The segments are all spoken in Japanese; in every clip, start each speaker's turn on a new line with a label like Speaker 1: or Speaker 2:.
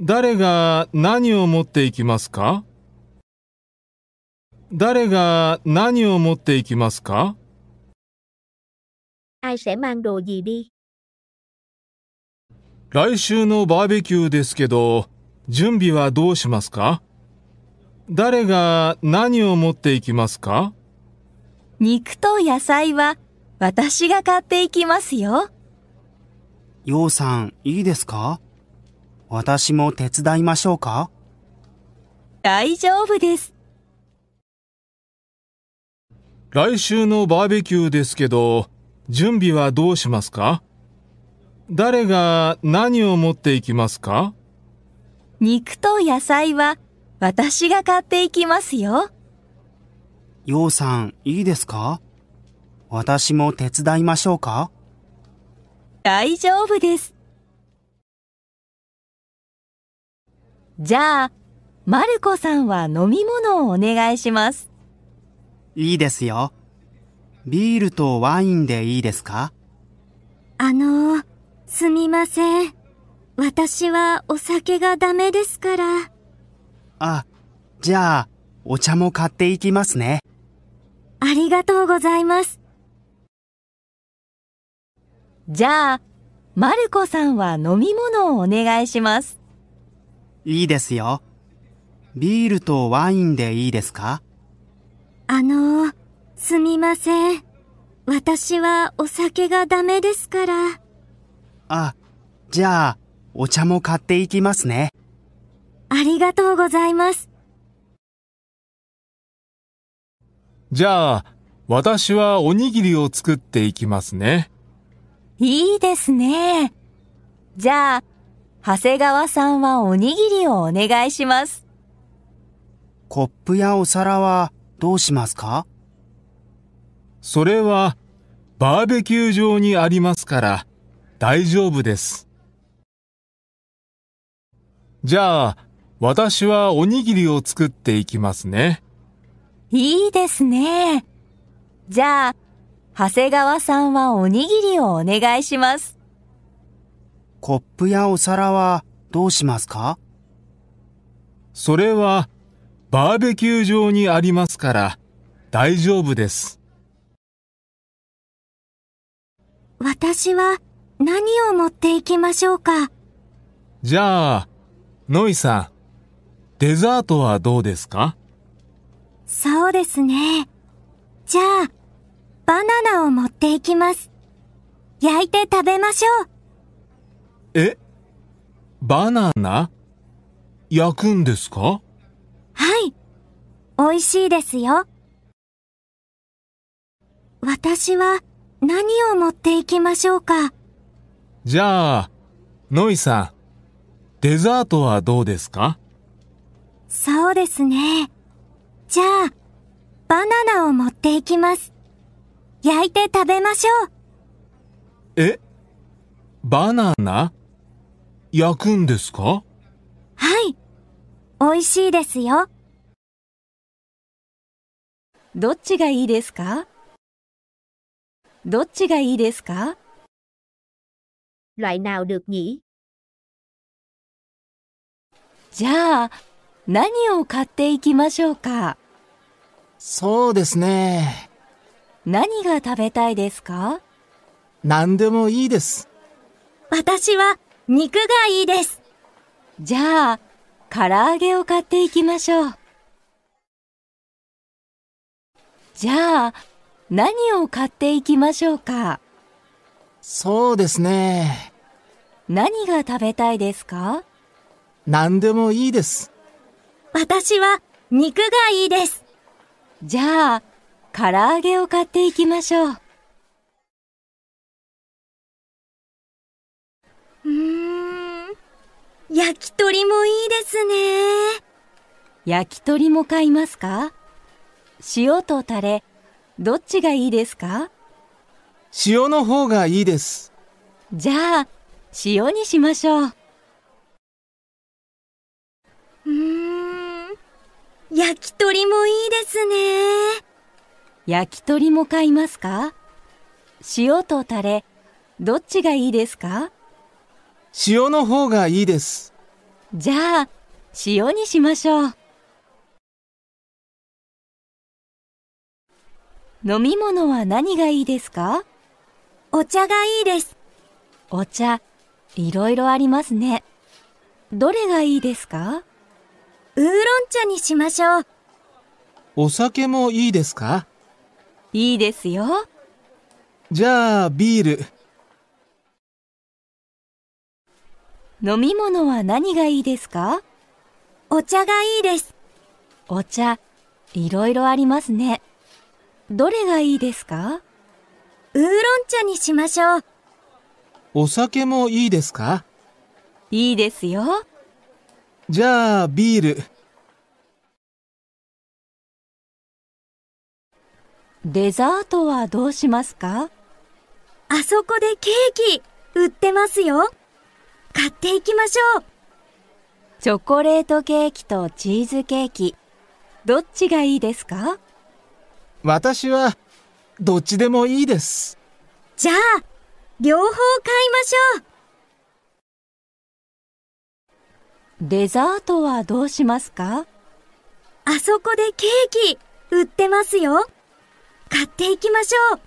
Speaker 1: 誰が何を持っていきますか誰が何を持っていきますか
Speaker 2: Ai sẽ mang đồ gì đi?
Speaker 1: 来週のバーベキューですけど、準備はどうしますか誰が何を持っていきますか
Speaker 3: 肉と野菜は私が買っていきますよ。
Speaker 4: ようさん、いいですか私も手伝いましょうか
Speaker 3: 大丈夫です。
Speaker 1: 来週のバーベキューですけど、準備はどうしますか誰が何を持っていきますか
Speaker 3: 肉と野菜は私が買っていきますよ。
Speaker 4: ようさん、いいですか私も手伝いましょうか
Speaker 3: 大丈夫です。じゃあ、マルコさんは飲み物をお願いします。
Speaker 4: いいですよ。ビールとワインでいいですか
Speaker 5: あのー、すみません。私はお酒がダメですから。
Speaker 4: あ、じゃあ、お茶も買っていきますね。
Speaker 5: ありがとうございます。
Speaker 3: じゃあ、マルコさんは飲み物をお願いします。
Speaker 4: いいですよ。ビールとワインでいいですか
Speaker 5: あのー、すみません。私はお酒がダメですから。
Speaker 4: あ、じゃあ、お茶も買っていきますね。
Speaker 5: ありがとうございます。
Speaker 1: じゃあ、私はおにぎりを作っていきますね。
Speaker 3: いいですね。じゃあ、長谷川さんはおにぎりをお願いします。
Speaker 4: コップやお皿はどうしますか
Speaker 1: それは、バーベキュー場にありますから、大丈夫です。じゃあ、私はおにぎりを作っていきますね。
Speaker 3: いいですね。じゃあ、長谷川さんはおにぎりをお願いします。
Speaker 4: コップやお皿はどうしますか
Speaker 1: それは、バーベキュー場にありますから、大丈夫です。
Speaker 5: 私は何を持っていきましょうか。
Speaker 1: じゃあ、ノイさん、デザートはどうですか
Speaker 5: そうですね。じゃあ、バナナを持っていきます。焼いて食べましょう。
Speaker 1: えバナナ焼くんですか
Speaker 5: はい。美味しいですよ。私は何を持っていきましょうか。
Speaker 1: じゃあ、ノイさん、デザートはどうですか
Speaker 5: そうですね。じゃあ、バナナを持っていきます。焼いて食べましょう。
Speaker 1: えバナナ焼くんですか
Speaker 5: はい。美味しいですよ。
Speaker 3: どっちがいいですかどっちがいいですか
Speaker 2: Loại nào được nhỉ?
Speaker 3: じゃあ、何を買っていきましょうか
Speaker 6: そうですね。
Speaker 3: 何が食べたいですか
Speaker 6: 何でもいいです。
Speaker 5: 私は肉がいいです。
Speaker 3: じゃあ、唐揚げを買っていきましょう。じゃあ、何を買っていきましょうか
Speaker 6: そうですね。
Speaker 3: 何が食べたいですか
Speaker 6: 何でもいいです。
Speaker 5: 私は肉がいいです。
Speaker 3: じゃあ、唐揚げを買っていきましょう。
Speaker 5: うーん。焼き鳥もいいですね。
Speaker 3: 焼き鳥も買いますか塩とタレ、どっちがいいですか
Speaker 6: 塩の方がいいです。
Speaker 3: じゃあ、塩にしましょう。
Speaker 5: うーん焼き鳥もいいですね。
Speaker 3: 焼き鳥も買いますか塩とタレ、どっちがいいですか
Speaker 6: 塩の方がいいです。
Speaker 3: じゃあ、塩にしましょう。飲み物は何がいいですか
Speaker 5: お茶がいいです。
Speaker 3: お茶、いろいろありますね。どれがいいですか
Speaker 5: ウーロン茶にしましょう。
Speaker 6: お酒もいいですか
Speaker 3: いいですよ。
Speaker 6: じゃあ、ビール。
Speaker 3: 飲み物は何がいいですか
Speaker 5: お茶がいいです。
Speaker 3: お茶、いろいろありますね。どれがいいですか
Speaker 5: ウーロン茶にしましょう。
Speaker 6: お酒もいいですか
Speaker 3: いいですよ。
Speaker 6: じゃあ、ビール。
Speaker 3: デザートはどうしますか
Speaker 5: あそこでケーキ売ってますよ。買っていきましょう。
Speaker 3: チョコレートケーキとチーズケーキ、どっちがいいですか
Speaker 6: 私は、どっちでもいいです。
Speaker 5: じゃあ、両方買いましょう。
Speaker 3: デザートはどうしますか
Speaker 5: あそこでケーキ売ってますよ。買っていきましょう。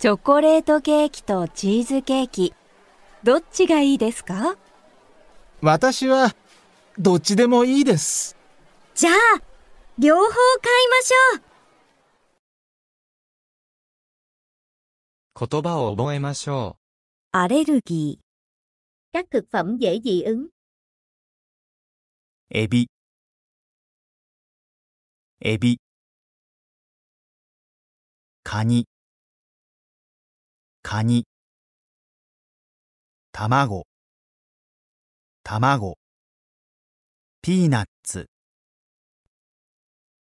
Speaker 3: チョコレートケーキとチーズケーキ、どっちがいいですか
Speaker 6: 私は、どっちでもいいです。
Speaker 5: じゃあ、両方買いましょう。
Speaker 7: 言葉を覚えましょう。
Speaker 3: アレルギー。
Speaker 2: Các thực phẩm dễ dị ứng.
Speaker 4: エビエビカニカニ卵卵ピーナッツ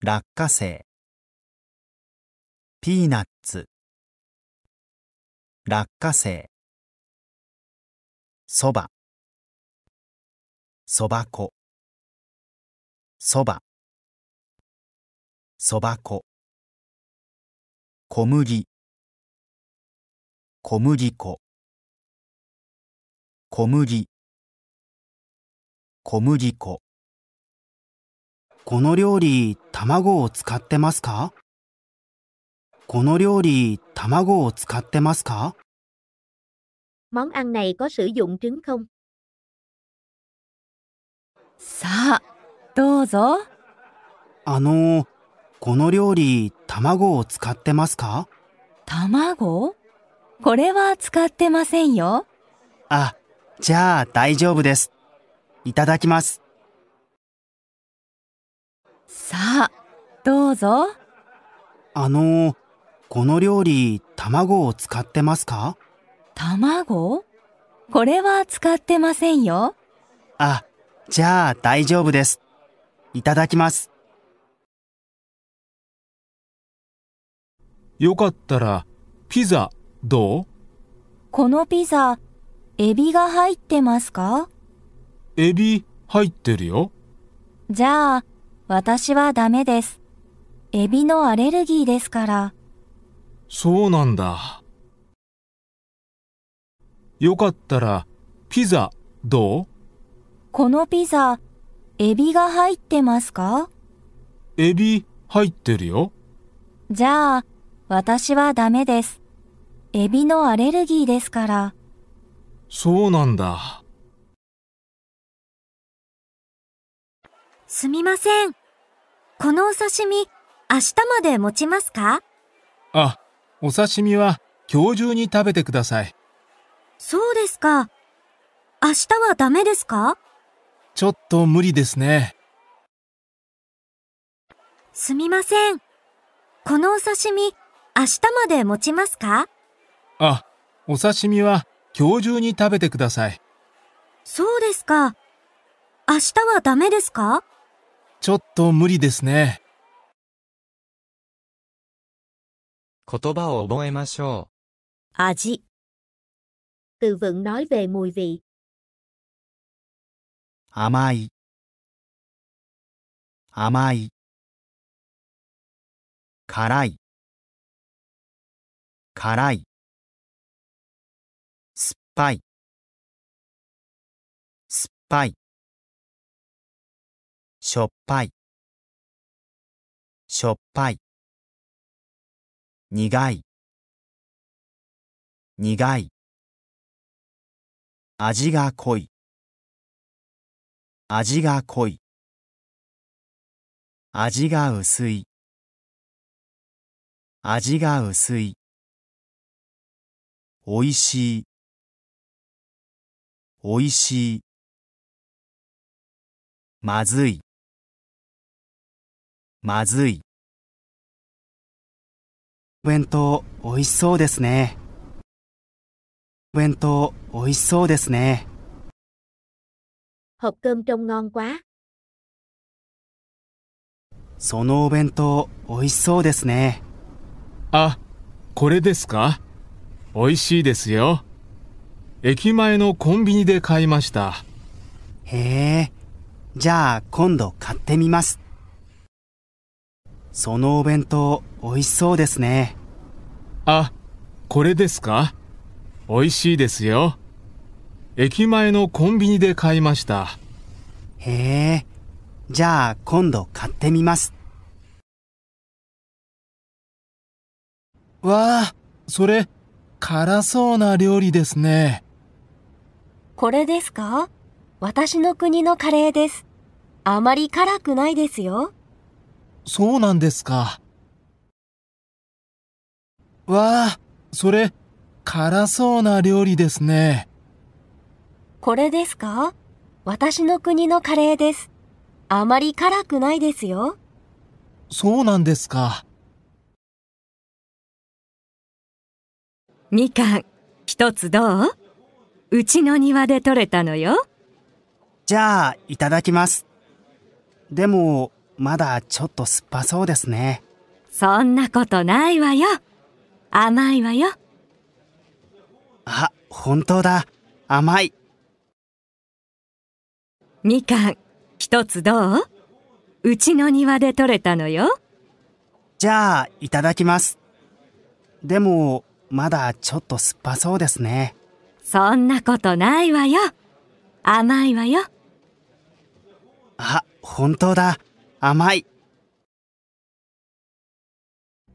Speaker 4: 落花生ピーナッツ落花生そばそば粉そば、そば粉、小麦、小麦粉、小麦、小麦粉。
Speaker 6: この料理、卵を使ってますかこの料理、卵を使ってますか
Speaker 2: Món ăn này có sử dụng trứng không?
Speaker 3: さあ、どうぞ。
Speaker 4: あの、この料理、卵を使ってますか
Speaker 3: 卵これは使ってませんよ。
Speaker 4: あ、じゃあ大丈夫です。いただきます。
Speaker 3: さあ、どうぞ。
Speaker 4: あの、この料理、卵を使ってますか
Speaker 3: 卵これは使ってませんよ。
Speaker 4: あ、じゃあ大丈夫です。いただきます。
Speaker 1: よかったら、ピザ、ど
Speaker 3: このピザ、エビが入ってますか
Speaker 1: うエビ、入ってるよ。
Speaker 3: じゃあ、私はダメです。エビのアレルギーですから。
Speaker 1: そうなんだ。よかったら、ピザ、ど
Speaker 3: このピザ、エビが入ってますか
Speaker 1: うエビ、入ってるよ。
Speaker 3: じゃあ、私はダメです。エビのアレルギーですから。
Speaker 1: そうなんだ。
Speaker 5: すみません。このお刺身、明日まで持ちますか
Speaker 1: あ、お刺身は今日中に食べてください。
Speaker 5: そうですか。明日はダメですか
Speaker 1: ちょっと無理ですね。
Speaker 5: すみません。このお刺身、明日まで持ちますか
Speaker 1: あ、お刺身は今日中に食べてください。
Speaker 5: そうですか。明日はダメですか
Speaker 1: ちょっと無理ですね。
Speaker 7: 言葉を覚えましょう。
Speaker 3: 味、
Speaker 2: Từ vựng nói về mùi vị.
Speaker 4: 甘い甘い辛い辛い
Speaker 6: ぱい、酸っぱい、しょっぱい、しょっぱい、苦い、苦い、味が濃い、味が濃い、味が薄い、味が薄い、おいしい、おいしい、まずい、まずい。
Speaker 4: 弁当、美味しそうですね。弁当、美味しそうですね。
Speaker 2: Hộp cơm trông ngon quá.
Speaker 4: そのお弁当、美味しそうですね。
Speaker 1: あ、これですか美味しいですよ。駅前のコンビニで買いました。
Speaker 4: へえ。じゃあ、今度買ってみます。そのお弁当、美味しそうですね。
Speaker 1: あ、これですか美味しいですよ。駅前のコンビニで買いました。
Speaker 4: へえ。じゃあ、今度買ってみます。
Speaker 1: わあ、それ、辛そうな料理ですね。
Speaker 3: これですか私の国のカレーです。あまり辛くないですよ。
Speaker 1: そうなんですか。わあ、それ、辛そうな料理ですね。
Speaker 3: これですか私の国のカレーです。あまり辛くないですよ。
Speaker 1: そうなんですか。
Speaker 8: みかん、一つどううちの庭で採れたのよ。
Speaker 4: じゃあ、いただきます。でも、まだちょっと酸っぱそうですね。
Speaker 8: そんなことないわよ。甘いわよ。
Speaker 4: あ、本当だ。甘い。
Speaker 8: みかん、一つどううちの庭で採れたのよ。
Speaker 4: じゃあ、いただきます。でも、まだちょっと酸っぱそうですね。
Speaker 8: そんなことないわよ。甘いわよ。
Speaker 4: あ、本当だ。甘い。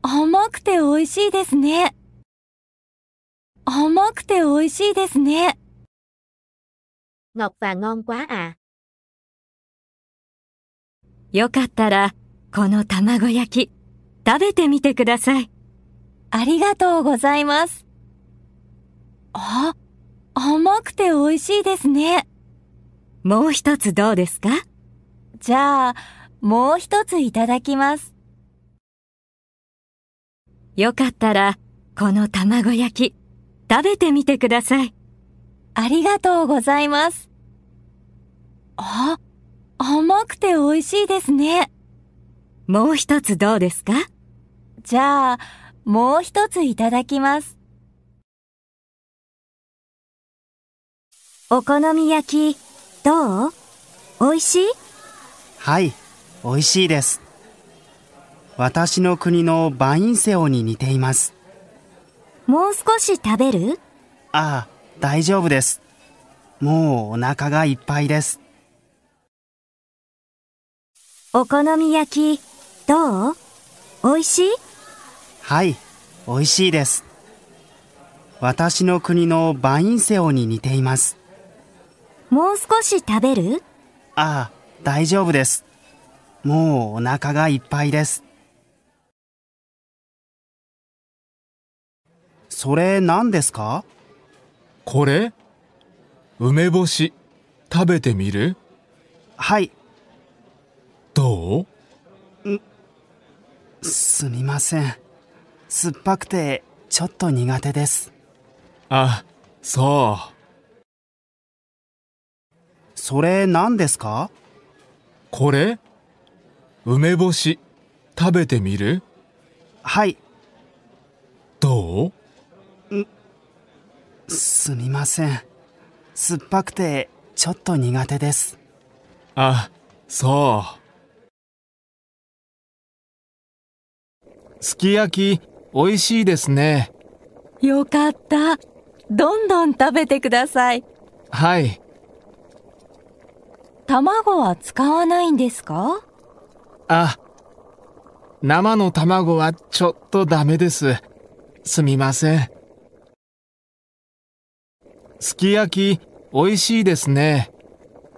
Speaker 3: 甘くて美味しいですね。甘くて美味しいですね。
Speaker 2: Ngọt và ngon quá à.
Speaker 8: よかったら、この卵焼き、食べてみてください。
Speaker 3: ありがとうございます。あ、甘くて美味しいですね。
Speaker 8: もう一つどうですか
Speaker 3: じゃあ、もう一ついただきます。
Speaker 8: よかったら、この卵焼き、食べてみてください。
Speaker 3: ありがとうございます。あ、甘くて美味しいですね。
Speaker 8: もう一つどうですか
Speaker 3: じゃあ、もう一ついただきます。
Speaker 5: お好み焼き、どう美味しい
Speaker 4: はい、美味しいです。私の国のバインセオに似ています。
Speaker 5: もう少し食べる
Speaker 4: ああ、大丈夫です。もうお腹がいっぱいです。
Speaker 5: お好み焼き、どう美味しい
Speaker 4: はい、美味しいです。私の国のバインセオに似ています。
Speaker 5: もう少し食べる
Speaker 4: ああ、大丈夫です。もうお腹がいっぱいです。それ何ですか
Speaker 1: これ梅干し、食べてみる
Speaker 4: はい、
Speaker 1: どう
Speaker 4: すみません。酸っぱくてちょっと苦手です。
Speaker 1: あ、そう。
Speaker 4: それ何ですか
Speaker 1: これ梅干し食べてみる
Speaker 4: はい、
Speaker 1: どう
Speaker 4: すみません。酸っぱくてちょっと苦手です。
Speaker 1: あそうすき焼きおいしいですね
Speaker 8: よかった。
Speaker 9: どんどん食べてください。
Speaker 1: はい。
Speaker 9: 卵は使わないんですか
Speaker 1: あ、生の卵はちょっとダメです。すみません。すき焼き、美味しいですね。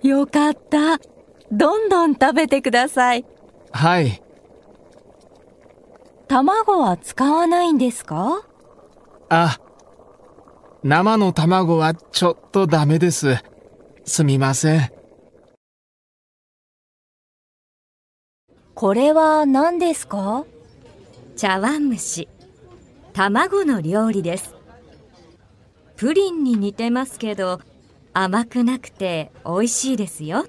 Speaker 9: よかった。どんどん食べてください。
Speaker 1: はい。
Speaker 9: 卵は使わないんですか
Speaker 1: あ、生の卵はちょっとダメです。すみません。
Speaker 9: これは何ですか
Speaker 3: 茶碗蒸し卵の料理ですプリンに似てますけど甘くなくて美味しいですよ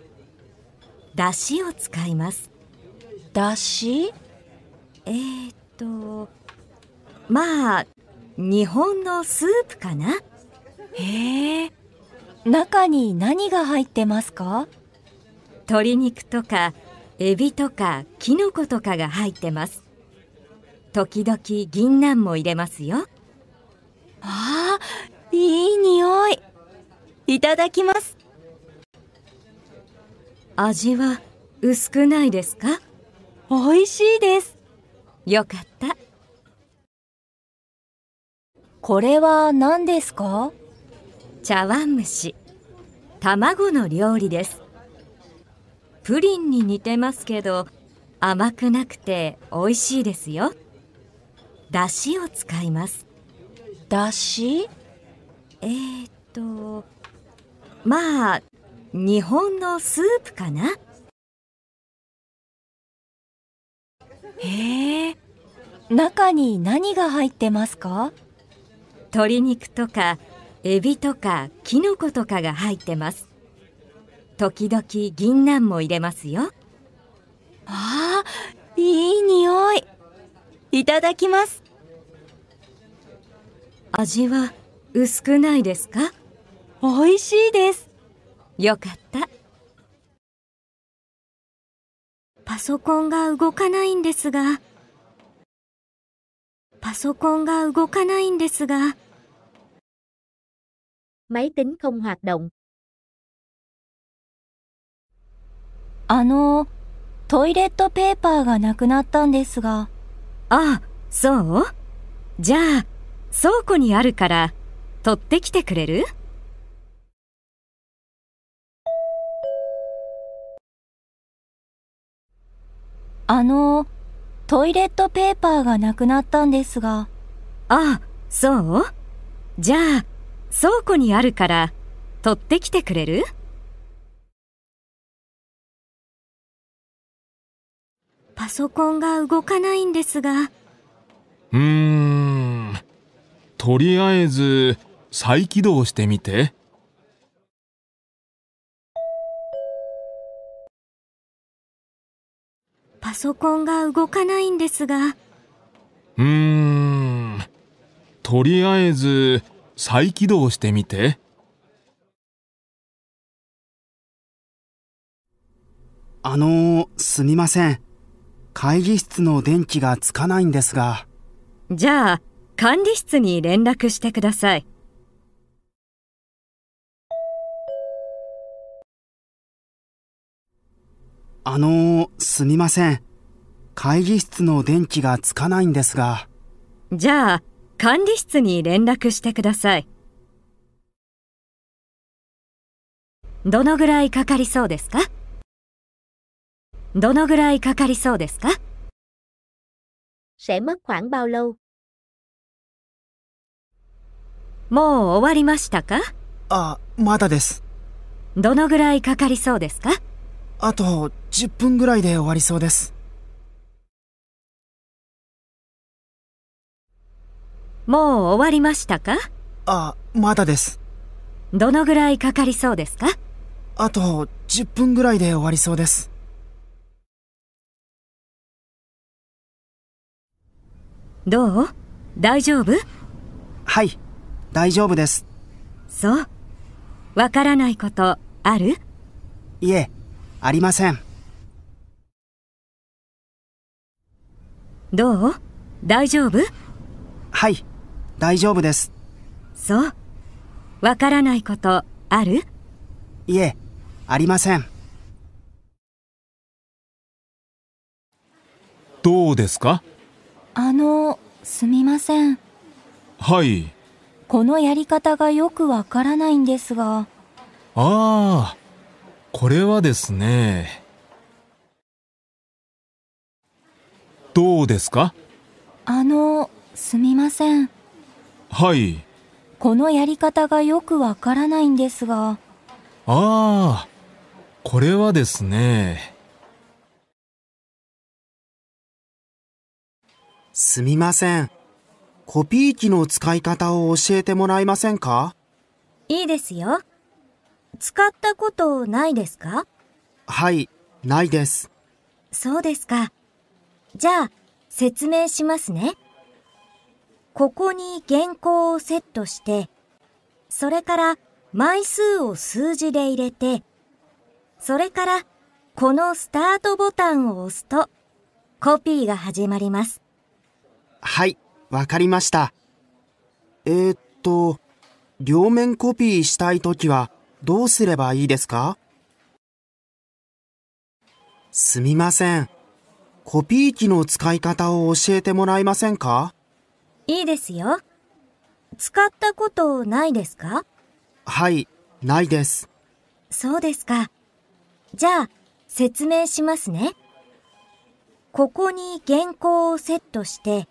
Speaker 3: だしを使います
Speaker 9: だし
Speaker 3: えー、っとまあ日本のスープかな
Speaker 9: へえ。中に何が入ってますか
Speaker 3: 鶏肉とかエビとかキノコとかが入ってます時々銀杏も入れますよ
Speaker 9: ああ、いい匂い。いただきます。
Speaker 3: 味は薄くないですか
Speaker 9: 美味しいです。
Speaker 3: よかった
Speaker 9: これは何ですか
Speaker 3: 茶碗蒸し卵の料理ですプリンに似てますけど甘くなくて美味しいですよだしを使います
Speaker 9: だし
Speaker 3: えー、っとまあ日本のスープかな
Speaker 9: へえ。中に何が入ってますか
Speaker 3: 鶏肉とかエビとかキノコとかが入ってます時々銀杏も入れますよ
Speaker 9: ああ、いい匂い。いただきます。
Speaker 3: 味は薄くないですか
Speaker 9: 美味しいです。
Speaker 3: よかった
Speaker 10: パソコンが動かないんですが、パソコンが動かないんですが、
Speaker 11: Máy tính không hoạt động.
Speaker 9: あの、トイレットペーパーがなくなったんですが、
Speaker 3: ああ、そうじゃあ、倉庫にあるから、取ってきてくれる
Speaker 9: あの、トイレットペーパーがなくなったんですが、
Speaker 3: ああ、そうじゃあ、倉庫にあるから、取ってきてくれる
Speaker 10: パソコンが動かないんですが、
Speaker 1: うーん。とりあえず、再起動してみて。
Speaker 10: パソコンが動かないんですが、
Speaker 1: うーん。とりあえず、再起動してみて。
Speaker 4: あのー、すみません。会議室の電気がつかないんですが、
Speaker 3: じゃあ、管理室に連絡してください。
Speaker 4: あのー、すみません。会議室の電気がつかないんですが、
Speaker 3: じゃあ、管理室に連絡してください。どのぐらいかかりそうですかどのぐらいかかりそうですか
Speaker 11: Sẽ mất khoảng bao lâu?
Speaker 3: もう終わりましたか
Speaker 4: あ、まだです。
Speaker 3: どのぐらいかかりそうですか
Speaker 4: あと10分ぐらいで終わりそうです。
Speaker 3: もう終わりましたか
Speaker 4: あ、まだです。
Speaker 3: どのぐらいかかりそうですか
Speaker 4: あと10分ぐらいで終わりそうです。
Speaker 3: どう大丈夫
Speaker 4: はい、大丈夫です。
Speaker 3: そう。わからないことある
Speaker 4: いえ、ありません。
Speaker 3: どう大丈夫
Speaker 4: はい、大丈夫です。
Speaker 3: そう。
Speaker 12: わからないことある
Speaker 4: いえ、ありません。
Speaker 1: どうですか
Speaker 13: あの、すみません。
Speaker 1: はい。
Speaker 13: このやり方がよくわからないんですが。
Speaker 1: ああ、これはですね。どうですか
Speaker 13: あの、すみません。
Speaker 1: はい。
Speaker 13: このやり方がよくわからないんですが。
Speaker 1: ああ、これはですね。
Speaker 4: すみません。コピー機の使い方を教えてもらえませんか
Speaker 3: いいですよ。使ったことないですか
Speaker 4: はい、ないです。
Speaker 3: そうですか。じゃあ、説明しますね。ここに原稿をセットして、それから枚数を数字で入れて、それからこのスタートボタンを押すと、コピーが始まります。
Speaker 4: はい、わかりました。えー、っと、両面コピーしたいときはどうすればいいですかすみません。コピー機の使い方を教えてもらえませんか
Speaker 3: いいですよ。使ったことないですか
Speaker 4: はい、ないです。
Speaker 3: そうですか。じゃあ、説明しますね。ここに原稿をセットして、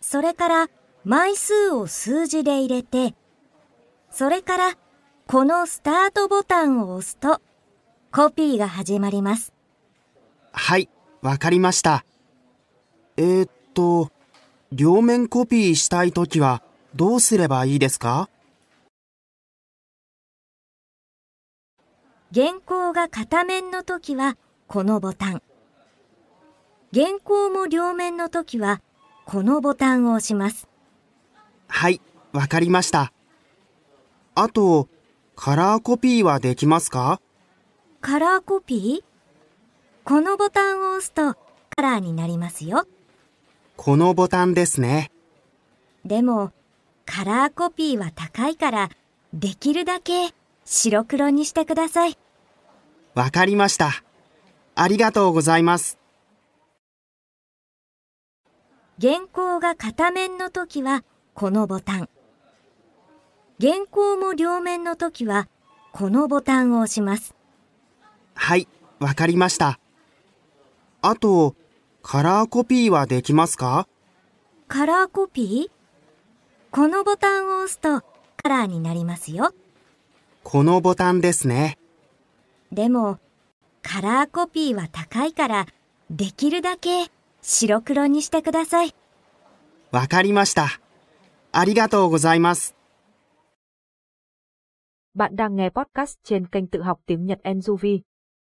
Speaker 3: それから枚数を数字で入れて、それからこのスタートボタンを押すと、コピーが始まります。
Speaker 4: はい、わかりました。えー、っと、両面コピーしたいときはどうすればいいですか
Speaker 3: 原稿が片面の時はこのボタン。原稿も両面の時はこのボタンを押します。
Speaker 4: はい、わかりました。あと、カラーコピーはできますか
Speaker 3: カラーコピーこのボタンを押すとカラーになりますよ。
Speaker 4: このボタンですね。
Speaker 3: でも、カラーコピーは高いから、できるだけ白黒にしてください。
Speaker 4: わかりました。ありがとうございます。
Speaker 3: 原稿が片面の時はこのボタン。原稿も両面の時はこのボタンを押します。
Speaker 4: はい、わかりました。あと、カラーコピーはできますか
Speaker 3: カラーコピーこのボタンを押すとカラーになりますよ。
Speaker 4: このボタンですね。
Speaker 3: でも、カラーコピーは高いから、できるだけ白黒にしてください。
Speaker 4: わかりました。ありがとうございます。
Speaker 14: Bạn đang nghe podcast trên kênh tự học tiếng Nhật Enjuvi.